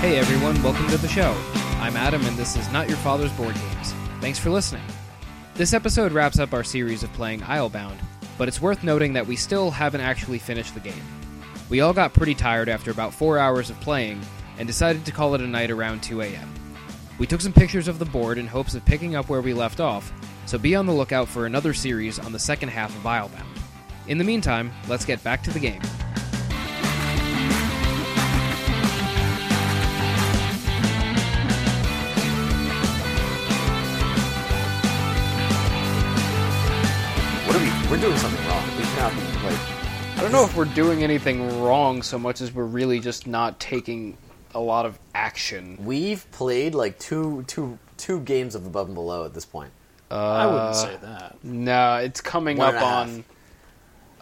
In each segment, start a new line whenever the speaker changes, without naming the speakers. Hey everyone, welcome to the show. I'm Adam and this is Not Your Father's Board Games. Thanks for listening. This episode wraps up our series of playing Islebound, but it's worth noting that we still haven't actually finished the game. We all got pretty tired after about four hours of playing and decided to call it a night around 2 a.m. We took some pictures of the board in hopes of picking up where we left off, so be on the lookout for another series on the second half of Islebound. In the meantime, let's get back to the game.
What are we? We're doing something wrong. We cannot be like.
I don't know if we're doing anything wrong so much as we're really just not taking a lot of action.
We've played like two, two, two games of above and below at this point.
I wouldn't say that.
No, it's coming
One
up
and a half.
on.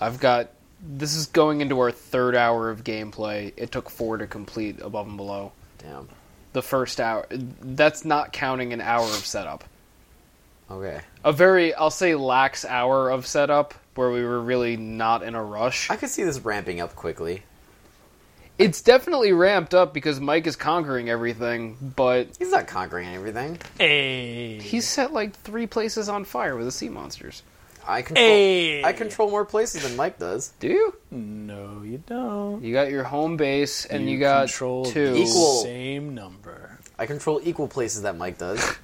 I've got. This is going into our third hour of gameplay. It took four to complete above and below.
Damn.
The first hour. That's not counting an hour of setup.
Okay.
A very, I'll say, lax hour of setup where we were really not in a rush.
I could see this ramping up quickly.
It's definitely ramped up because Mike is conquering everything, but
He's not conquering everything.
Hey.
He set like three places on fire with the sea monsters.
I control.
Hey.
I control more places than Mike does.
Do you?
No, you don't.
You got your home base and you, got
control
two.
the
Equal.
same number.
I control equal places that Mike does.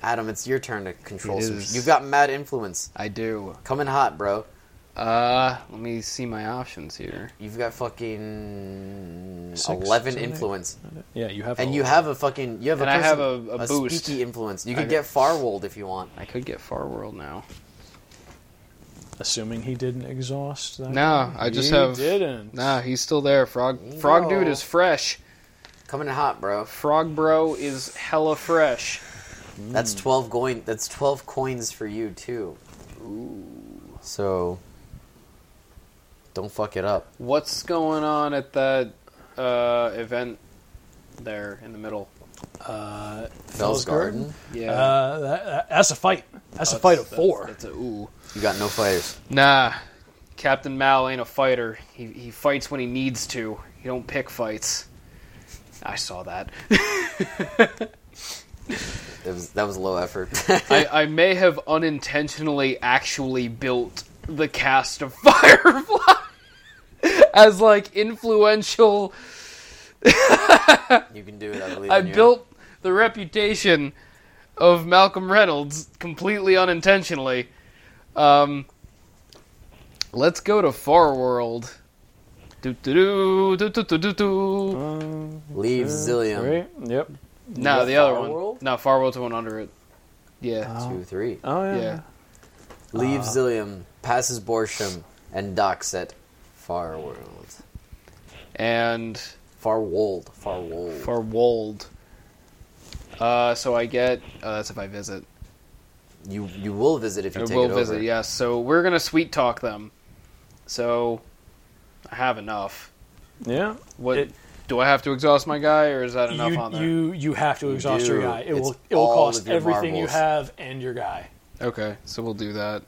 Adam, it's your turn to control.
It
some-
is.
You've got mad influence.
I do.
Coming hot, bro.
Uh, let me see my options here.
You've got fucking
Six,
eleven
seven, eight.
influence,
Yeah, you have.
and
all
you
of
have a fucking you have
Oh. And
a
I have
person-
a- a boost.
speaky influence. You
I
could
got-
get Farwold if you want.
I could get Far World now.
it. Assuming he didn't exhaust that.
No, I just
He
have-
didn't.
Nah, he's still there. Frog Frog
No.
Dude is fresh.
Coming hot, bro.
Frog Bro is hella fresh. Mm.
That's twelve coin. That's twelve coins for you too. Ooh. So don't fuck it up.
What's going on at that uh, event there in the middle?
Uh,
Bell's
Fell's
Garden.
Garden.
Yeah.
Uh, that, that- that's a fight. That's
Oh,
a fight of four.
That's a ooh.
You got no fighters.
Nah, Captain Mal ain't a fighter. He he fights when he needs to. He don't pick fights. I saw that.
That was that was low effort.
I, I may have unintentionally actually built the cast of Firefly as like influential.
you can do it. I believe.
I
in you.
built the reputation of Malcolm Reynolds completely unintentionally. Um, let's go to Far World. Do do do do do do do.
Um,
Leave
two,
Zillium.
three. Yep.
No,
Yeah,
the other
Firewall?
one. No, Firewall's the one under it. Yeah.
Oh.
Two, three.
uh,
Oh yeah.
yeah. uh.
Leave Zillium. Passes Borsham and Doxet. Farwold.
And
Farwold. Farwold.
Farwold. Uh, so I get. Oh, that's if I visit.
you you will visit if you
I
take
will
it
visit,
over.
yes. So we're going to sweet talk them. So I have enough.
Yeah.
What
It-
Do I have to exhaust my guy, or is that enough
You,
on there?
you you have to exhaust
do.
your guy. It
It's
will it will
all
cost
of your
everything you
marbles.
have and your guy.
Okay, so we'll do that.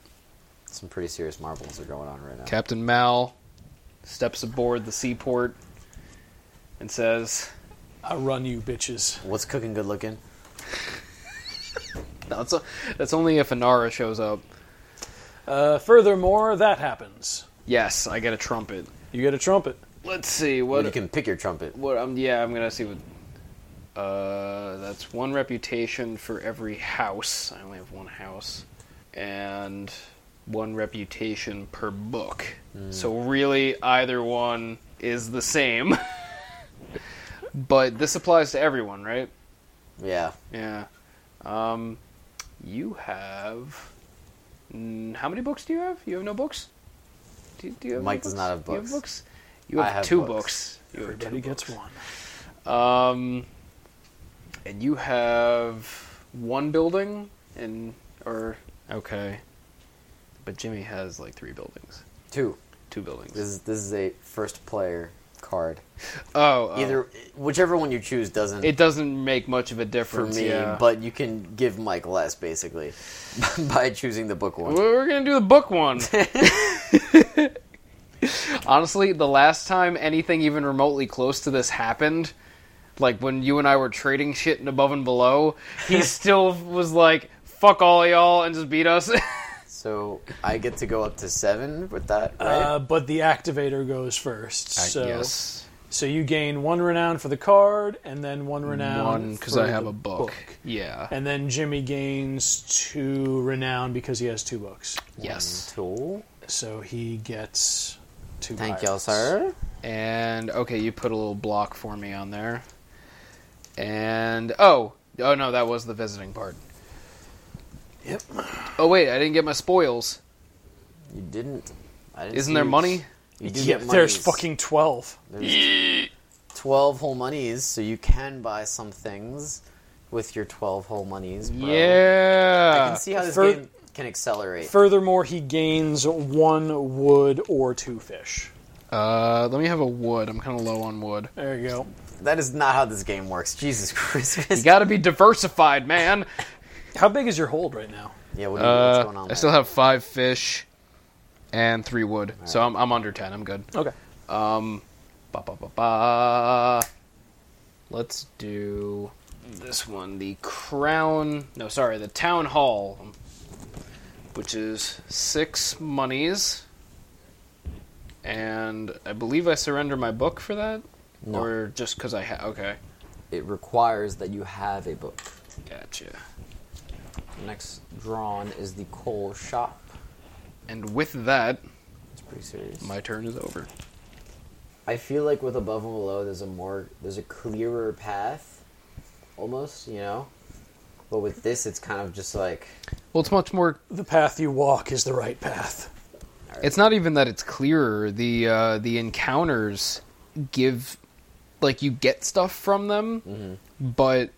Some pretty serious marbles are going on right now.
Captain Mal steps aboard the seaport and says,
I run you bitches.
What's cooking? Good looking.
no, that's, o- that's only if Inara shows up.
Uh, furthermore, that happens.
Yes, I get a trumpet.
You get a trumpet.
Let's see
Well,
what
you can pick your trumpet.
What I'm yeah, I'm gonna see what. Uh, that's one reputation for every house. I only have one house, and one reputation per book.
Hmm.
So really, either one is the same. but this applies to everyone, right?
Yeah.
Yeah. Um, you have. mm, How many books do you have? You have no books. Do, do you have any
Mike does
books?
not have
Do you have
books.
books. You
I
have,
have
two
books.
books. You have
Everybody
two
gets
books.
one.
Um, and you have one building, and or okay, but Jimmy has like three buildings,
Two.
two buildings.
This is this is a first player card.
oh, oh.
Either whichever one you choose doesn't
it doesn't make much of a
for
difference
me,
yeah.
but you can give Mike less basically by choosing the book one.
we're gonna do the book one. Honestly, the last time anything even remotely close to this happened, like when you and I were trading shit in above and below, he still was like, "Fuck all y'all" and just beat us.
So I get to go up to seven with that, right?
Uh, but the activator goes first. So,
yes.
so you gain one renown for the card, and then one renown
One, 'cause
for
I have
the
a book.
Yeah.
And then Jimmy gains two renown because he has two books.
yes.
Two.
So he gets two.
Thank y'all,
pirates.
sir.
And okay, you put a little block for me on there. And oh, oh no, that was the visiting part.
Yep.
Oh wait, I didn't get my spoils.
You didn't. I didn't
Isn't
see
there
you-
money?
You do
Yeah,
get
there's
monies.
fucking twelve.
There's twelve whole monies, so you can buy some things with your twelve whole monies. Bro. I
Yeah.
can see how this
Fur-
game can accelerate.
Furthermore, he gains one wood or two fish.
Uh, let me have a wood. I'm kind of low on wood.
There you go.
that is not how this game works. Jesus Christmas.
You got to be diversified, man.
How big is your hold right now?
yeah. What do you, what's
Uh,
going on?
I
there?
still have five fish and three wood, so I'm, I'm under ten. I'm good.
Okay.
Um, ba ba ba ba. Let's do this one. The crown. No, sorry, the town hall, which is six monies, and I believe I surrender my book for that,
No.
or just because I ha- okay,
It requires that you have a book.
gotcha.
Next drawn is the coal shop.
And with that,
It's pretty serious.
my turn is over.
I feel like with above and below, there's a more, there's a clearer path, almost. You know, but with this, it's kind of just like
Well, it's much more
The path you walk is the right path.
It's not even that it's clearer. The uh, the encounters give like you get stuff from them, but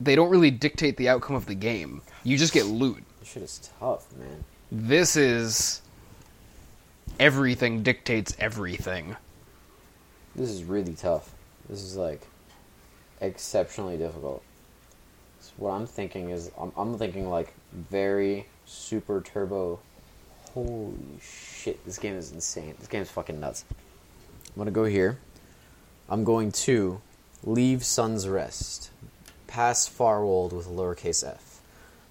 they don't really dictate the outcome of the game. You just get loot.
this shit is tough, man.
This is everything dictates everything.
This is really tough. This is like exceptionally difficult. So what I'm thinking is, I'm, I'm thinking like very super turbo. Holy shit, this game is insane. This game's fucking nuts. I'm gonna go here. I'm going to leave Sun's Rest, pass Farwold with a lowercase f,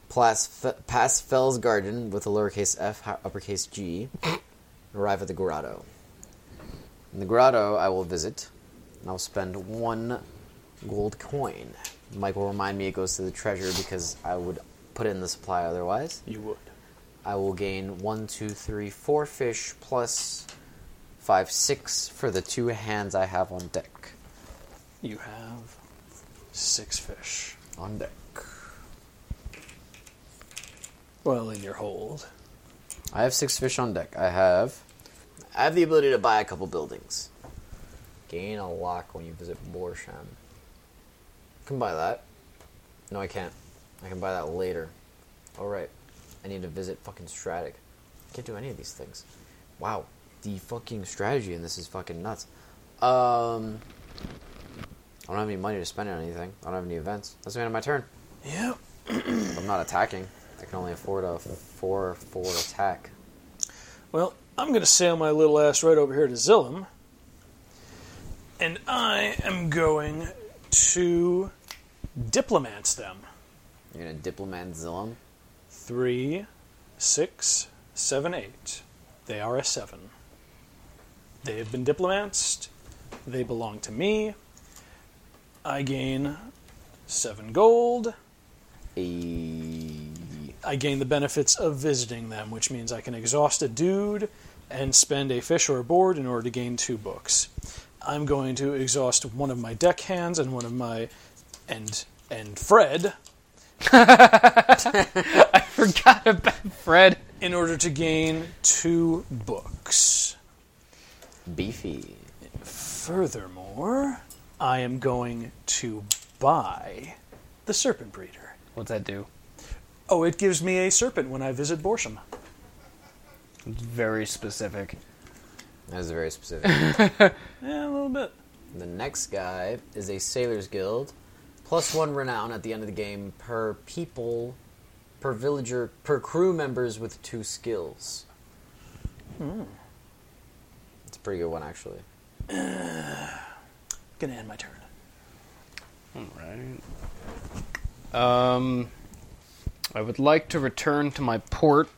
pass, F- pass Fell's Garden with a lowercase f, hi- uppercase g, and arrive at the grotto. In the grotto, I will visit, and I'll spend one gold coin. Mike will remind me it goes to the treasure because I would put in the supply otherwise.
You would.
I will gain one, two, three, four fish plus five, six for the two hands I have on deck.
You have six fish.
On deck.
Well, in your hold.
I have six fish on deck. I have. I have the ability to buy a couple buildings. Gain a lock when you visit Borsham. Can buy that. No, I can't. I can buy that later. All right. I need to visit fucking Stratic. Can't do any of these things. Wow, the fucking strategy in this is fucking nuts. Um, I don't have any money to spend on anything. I don't have any events. That's the end of my turn.
Yep.
I'm not attacking. I can only afford a four four attack.
Well, I'm going to sail my little ass right over here to Zillum. And I am going to diplomats them.
You're gonna diplomat Zillum.
Three, six, seven, eight. They are a seven. They have been diplomatsed. They belong to me. I gain seven gold.
A
I gain the benefits of visiting them, which means I can exhaust a dude and spend a fish or a board in order to gain two books. I'm going to exhaust one of my deck hands and one of my and and Fred
Forgot about Fred.
in order to gain two books.
beefy.
Furthermore, I am going to buy the Serpent Breeder.
What's that do?
Oh, it gives me a serpent when I visit Borsham.
It's very specific.
That is very specific.
Yeah, a little bit.
the next guy is a sailor's guild, plus one renown at the end of the game per people, per villager, per crew members with two skills. It's a pretty good one, actually.
Gonna end my turn.
All right. Um, I would like to return to my port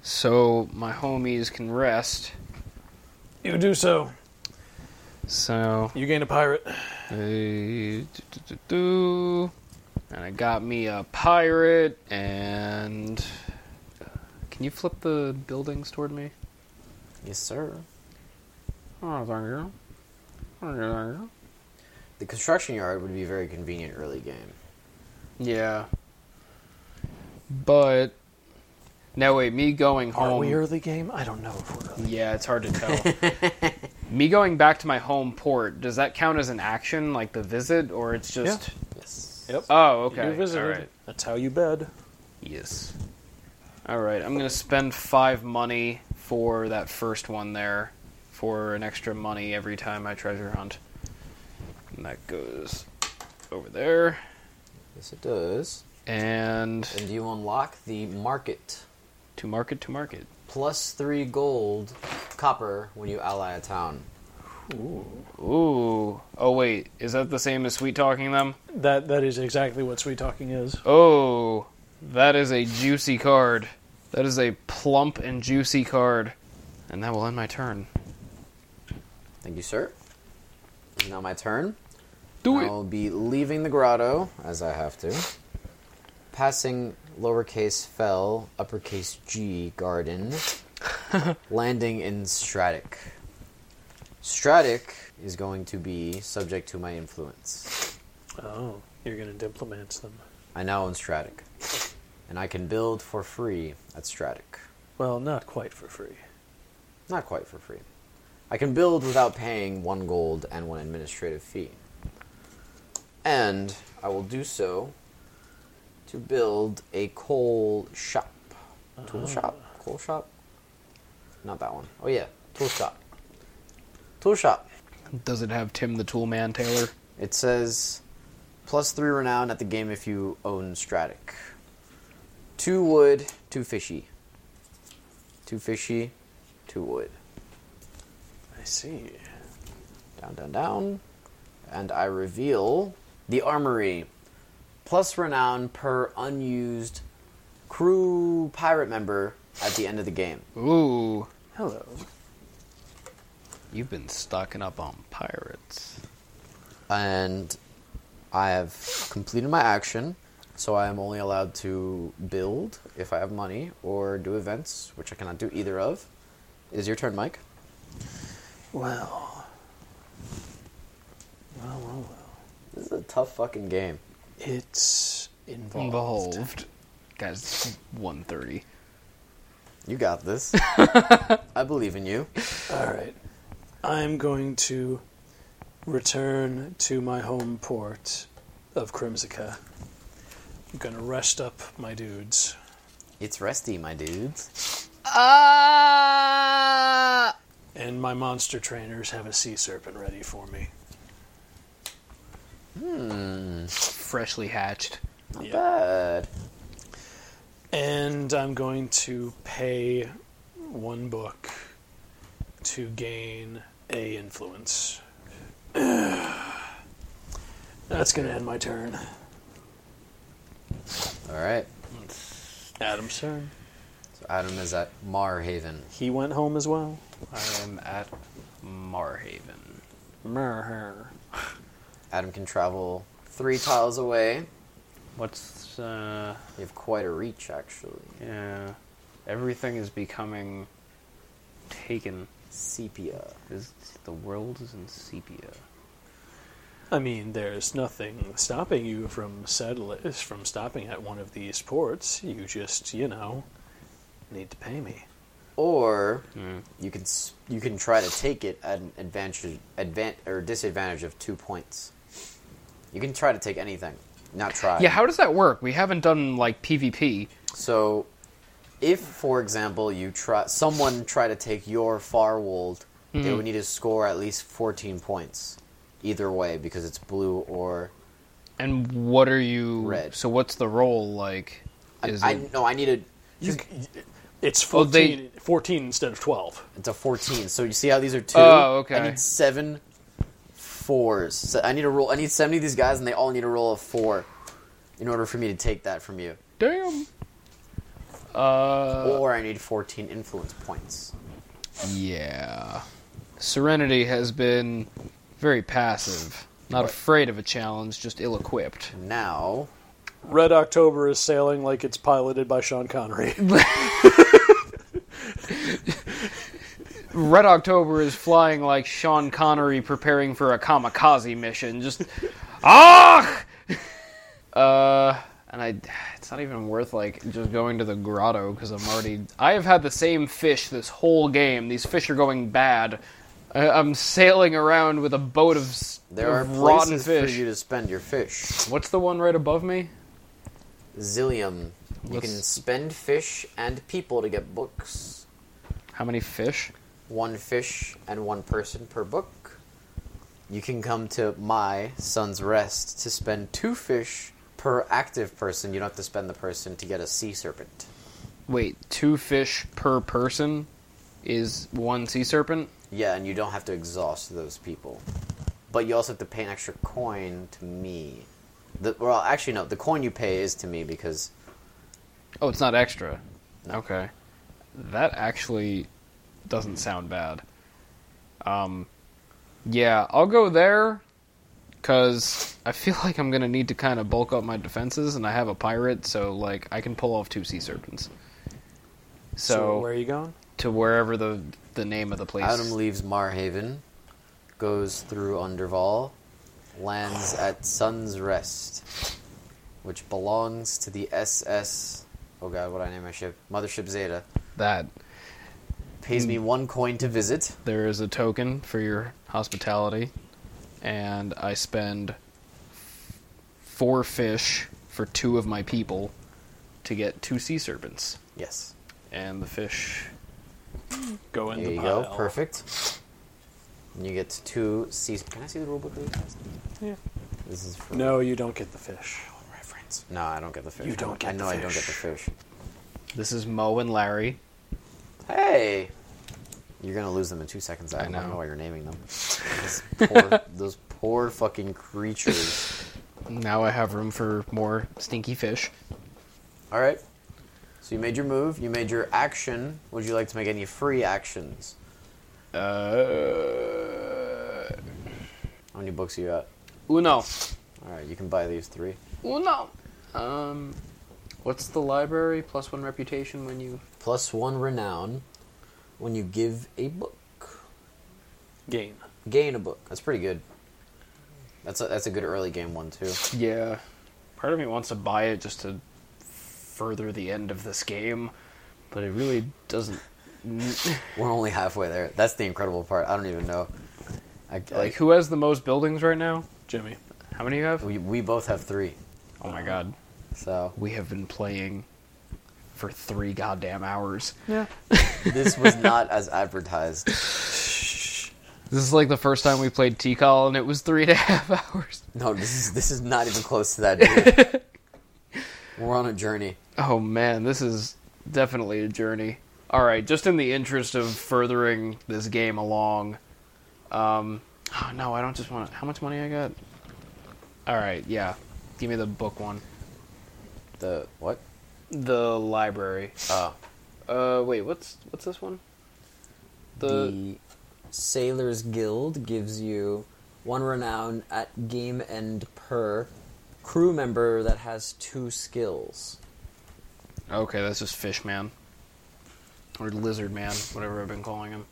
so my homies can rest.
You do so.
So,
You gain a pirate.
uh, do, do, do, do. and I got me a pirate. And uh, can you flip the buildings toward me?
Yes, sir.
Oh, thank you. Thank you, thank you.
The construction yard would be very convenient early game.
Yeah. But now wait, me going
Are
home.
we early game? I don't know if we're early.
Yeah, it's hard to tell. me going back to my home port, does that count as an action, like the visit, or it's just?
Yes.
Yep.
Oh, okay.
You visited.
All right.
That's how you bed.
Yes. All right. I'm gonna spend five money for that first one there, for an extra money every time I treasure hunt. And that goes over there,
Yes, it does.
and
And you unlock the market.
to market to market.
Plus three gold copper when you ally a town.
Ooh. Oh wait, is that the same as sweet talking them?
That that is exactly what sweet talking is.
Oh, that is a juicy card. That is a plump and juicy card. And that will end my turn.
Thank you, sir. Now my turn.
Do it.
I'll be leaving the grotto, as I have to. Passing lowercase fell, uppercase G garden. landing in Stratic. Stratic is going to be subject to my influence.
Oh, you're gonna implement them.
I now own Stratic. And I can build for free at Stratic.
Well, not quite for free.
Not quite for free. I can build without paying one gold and one administrative fee. And I will do so to build a coal shop. Tool shop? Coal shop? Not that one. Oh, yeah. Tool shop. Tool shop.
Does it have Tim the Tool Man Taylor?
It says plus three renown at the game if you own Stratic. Two wood, two fishy. Two fishy, two wood.
I see.
Down, down, down. And I reveal the armory. Plus renown per unused crew pirate member at the end of the game.
Ooh,
Hello.
you've been stocking up on pirates.
And I have completed my action, so I am only allowed to build if I have money or do events, which I cannot do either of. It is your turn, Mike.
Well. Well, well, well.
This is a tough fucking game.
It's involved.
Involved. Guys, it's 130.
You got this. I believe in you.
All right. I'm going to return to my home port of Crimsica. I'm going to rest up my dudes.
It's resty, my dudes.
Uh.
And my monster trainers have a sea serpent ready for me.
Freshly hatched.
Bad.
And I'm going to pay one book to gain a influence. That's going to end my turn.
All right.
Adam's turn.
So Adam is at Marhaven.
He went home as well.
I am at Marhaven.
Mer.
Adam can travel three tiles away.
What's, uh,
You have quite a reach, actually.
yeah. Everything is becoming taken.
Sepia.
Is the world is in sepia.
I mean, there's nothing stopping you from settlers from stopping at one of these ports. You just, you know, need to pay me.
Or
Mm.
you can s- you can try to take it at an advantage, advan or disadvantage of two points. You can try to take anything, not try.
Yeah, how does that work? We haven't done like PvP.
So, if for example you try someone try to take your Farwold,
Mm.
they would need to score at least fourteen points, either way, because it's blue or
And what are you?
Red.
So what's the role like? Is
I
it
no I need to.
It's
Oh,
14,
they-
14 instead of 12.
It's a 14. So you see how these are two?
Oh, okay.
I need seven fours. So I need to roll. I need seventy of these guys, and they all need to roll a four in order for me to take that from you.
Damn. Uh,
or I need fourteen influence points.
Yeah. Serenity has been very passive, not afraid of a challenge, just ill equipped.
Now,
Red October is sailing like it's piloted by Sean Connery.
Red October is flying like Sean Connery preparing for a kamikaze mission. Just. ah! Uh. And I, it's not even worth like just going to the grotto because I'm already. I have had the same fish this whole game. These fish are going bad. I, I'm sailing around with a boat of, s-
there are
of rotten
places
fish.
for you to spend your fish.
What's the one right above me?
Zillium. You
Let's-
can spend fish and people to get books.
How many fish?
One fish and one person per book. You can come to my Sun's Rest to spend two fish per active person. You don't have to spend the person to get a sea serpent.
Wait, two fish per person is one sea serpent?
Yeah, and you don't have to exhaust those people. But you also have to pay an extra coin to me. The, well, actually, no. The coin you pay is to me because
Oh, it's not extra. Okay. That actually doesn't sound bad. Um, yeah, I'll go there because I feel like I'm going to need to kind of bulk up my defenses, and I have a pirate, so, like, I can pull off two sea serpents. So,
where are you going?
to wherever the, the name of the place
Adam leaves Marhaven, goes through Underval, lands at Sun's Rest, which belongs to the SS. Oh god, what I name my ship? Mothership Zeta.
that.
Pays
Hmm.
me one coin to visit.
There is a token for your hospitality, and I spend four fish for two of my people to get two sea serpents.
Yes.
And the fish.
Go in
There
the
you
pile.
go. Perfect. And you get two sea. Can I see the rulebook really fast?
Yeah.
This is for
No, you don't get the fish.
reference. No, I don't get the fish.
You don't
I
get
know
the
I don't get the
fish.
fish.
This is Mo and Larry.
Hey, you're gonna lose them in two seconds. I,
I
don't
know.
know why you're naming them. Those poor, those poor fucking creatures.
Now I have room for more stinky fish.
All right. So you made your move. You made your action. Would you like to make any free actions?
Uh,
How many books are you at?
uno.
All right, you can buy these three.
Uno. Um, what's the library? Plus one reputation when you.
Plus one renown when you give a book.
Gain.
Gain a book. That's pretty good. That's a, that's a good early game one too.
Yeah. Part of me wants to buy it just to further the end of this game, but it really doesn't.
We're only halfway there. That's the incredible part. I don't even know. I,
Like, who has the most buildings right now?
Jimmy.
How many you have?
We, we both have three.
Oh my god.
So
We have been playing for three goddamn hours.
Yeah.
this was not as advertised.
This is like the first time we played T Call, and it was three and a half hours.
No, this is this is not even close to that. Dude. We're on a journey.
Oh man, this is definitely a journey. All right, just in the interest of furthering this game along, um, oh no, I don't just want. to How much money I got? All right, yeah, give me the book one.
The what?
The library.
Oh,
Uh, wait, what's what's this one?
the, Sailors Guild gives you one renown at game end per crew member that has two skills.
Okay, that's just Fish Man. Or Lizard Man, whatever I've been calling him.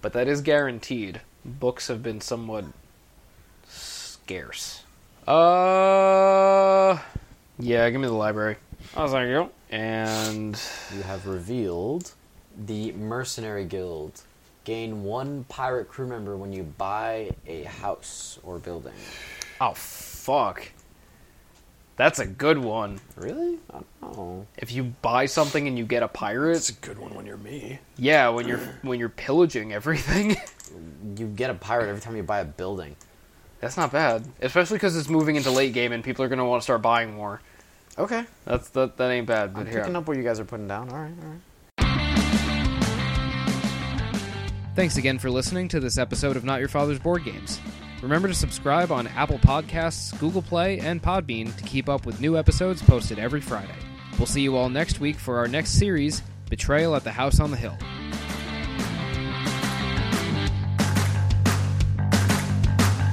But that is guaranteed. Books have been somewhat scarce. Uh. Yeah, give me the library. Oh, thank you. And.
You have revealed the Mercenary Guild. Gain one pirate crew member when you buy a house or building.
Oh, fuck. That's a good one.
Really? I don't know.
If you buy something and you get a
It's
pirate,
a good one when you're me.
yeah, when you're when you're pillaging everything,
You get a pirate every time you buy a building.
that's not bad. Especially because it's moving into late game and people are gonna want to start buying more.
Okay.
That's that. That ain't bad. But
I'm
here,
picking up what you guys are putting down. All right, all right.
Thanks again for listening to this episode of Not Your Father's Board Games. Remember to subscribe on Apple Podcasts, Google Play, and Podbean to keep up with new episodes posted every Friday. We'll see you all next week for our next series, Betrayal at the House on the Hill.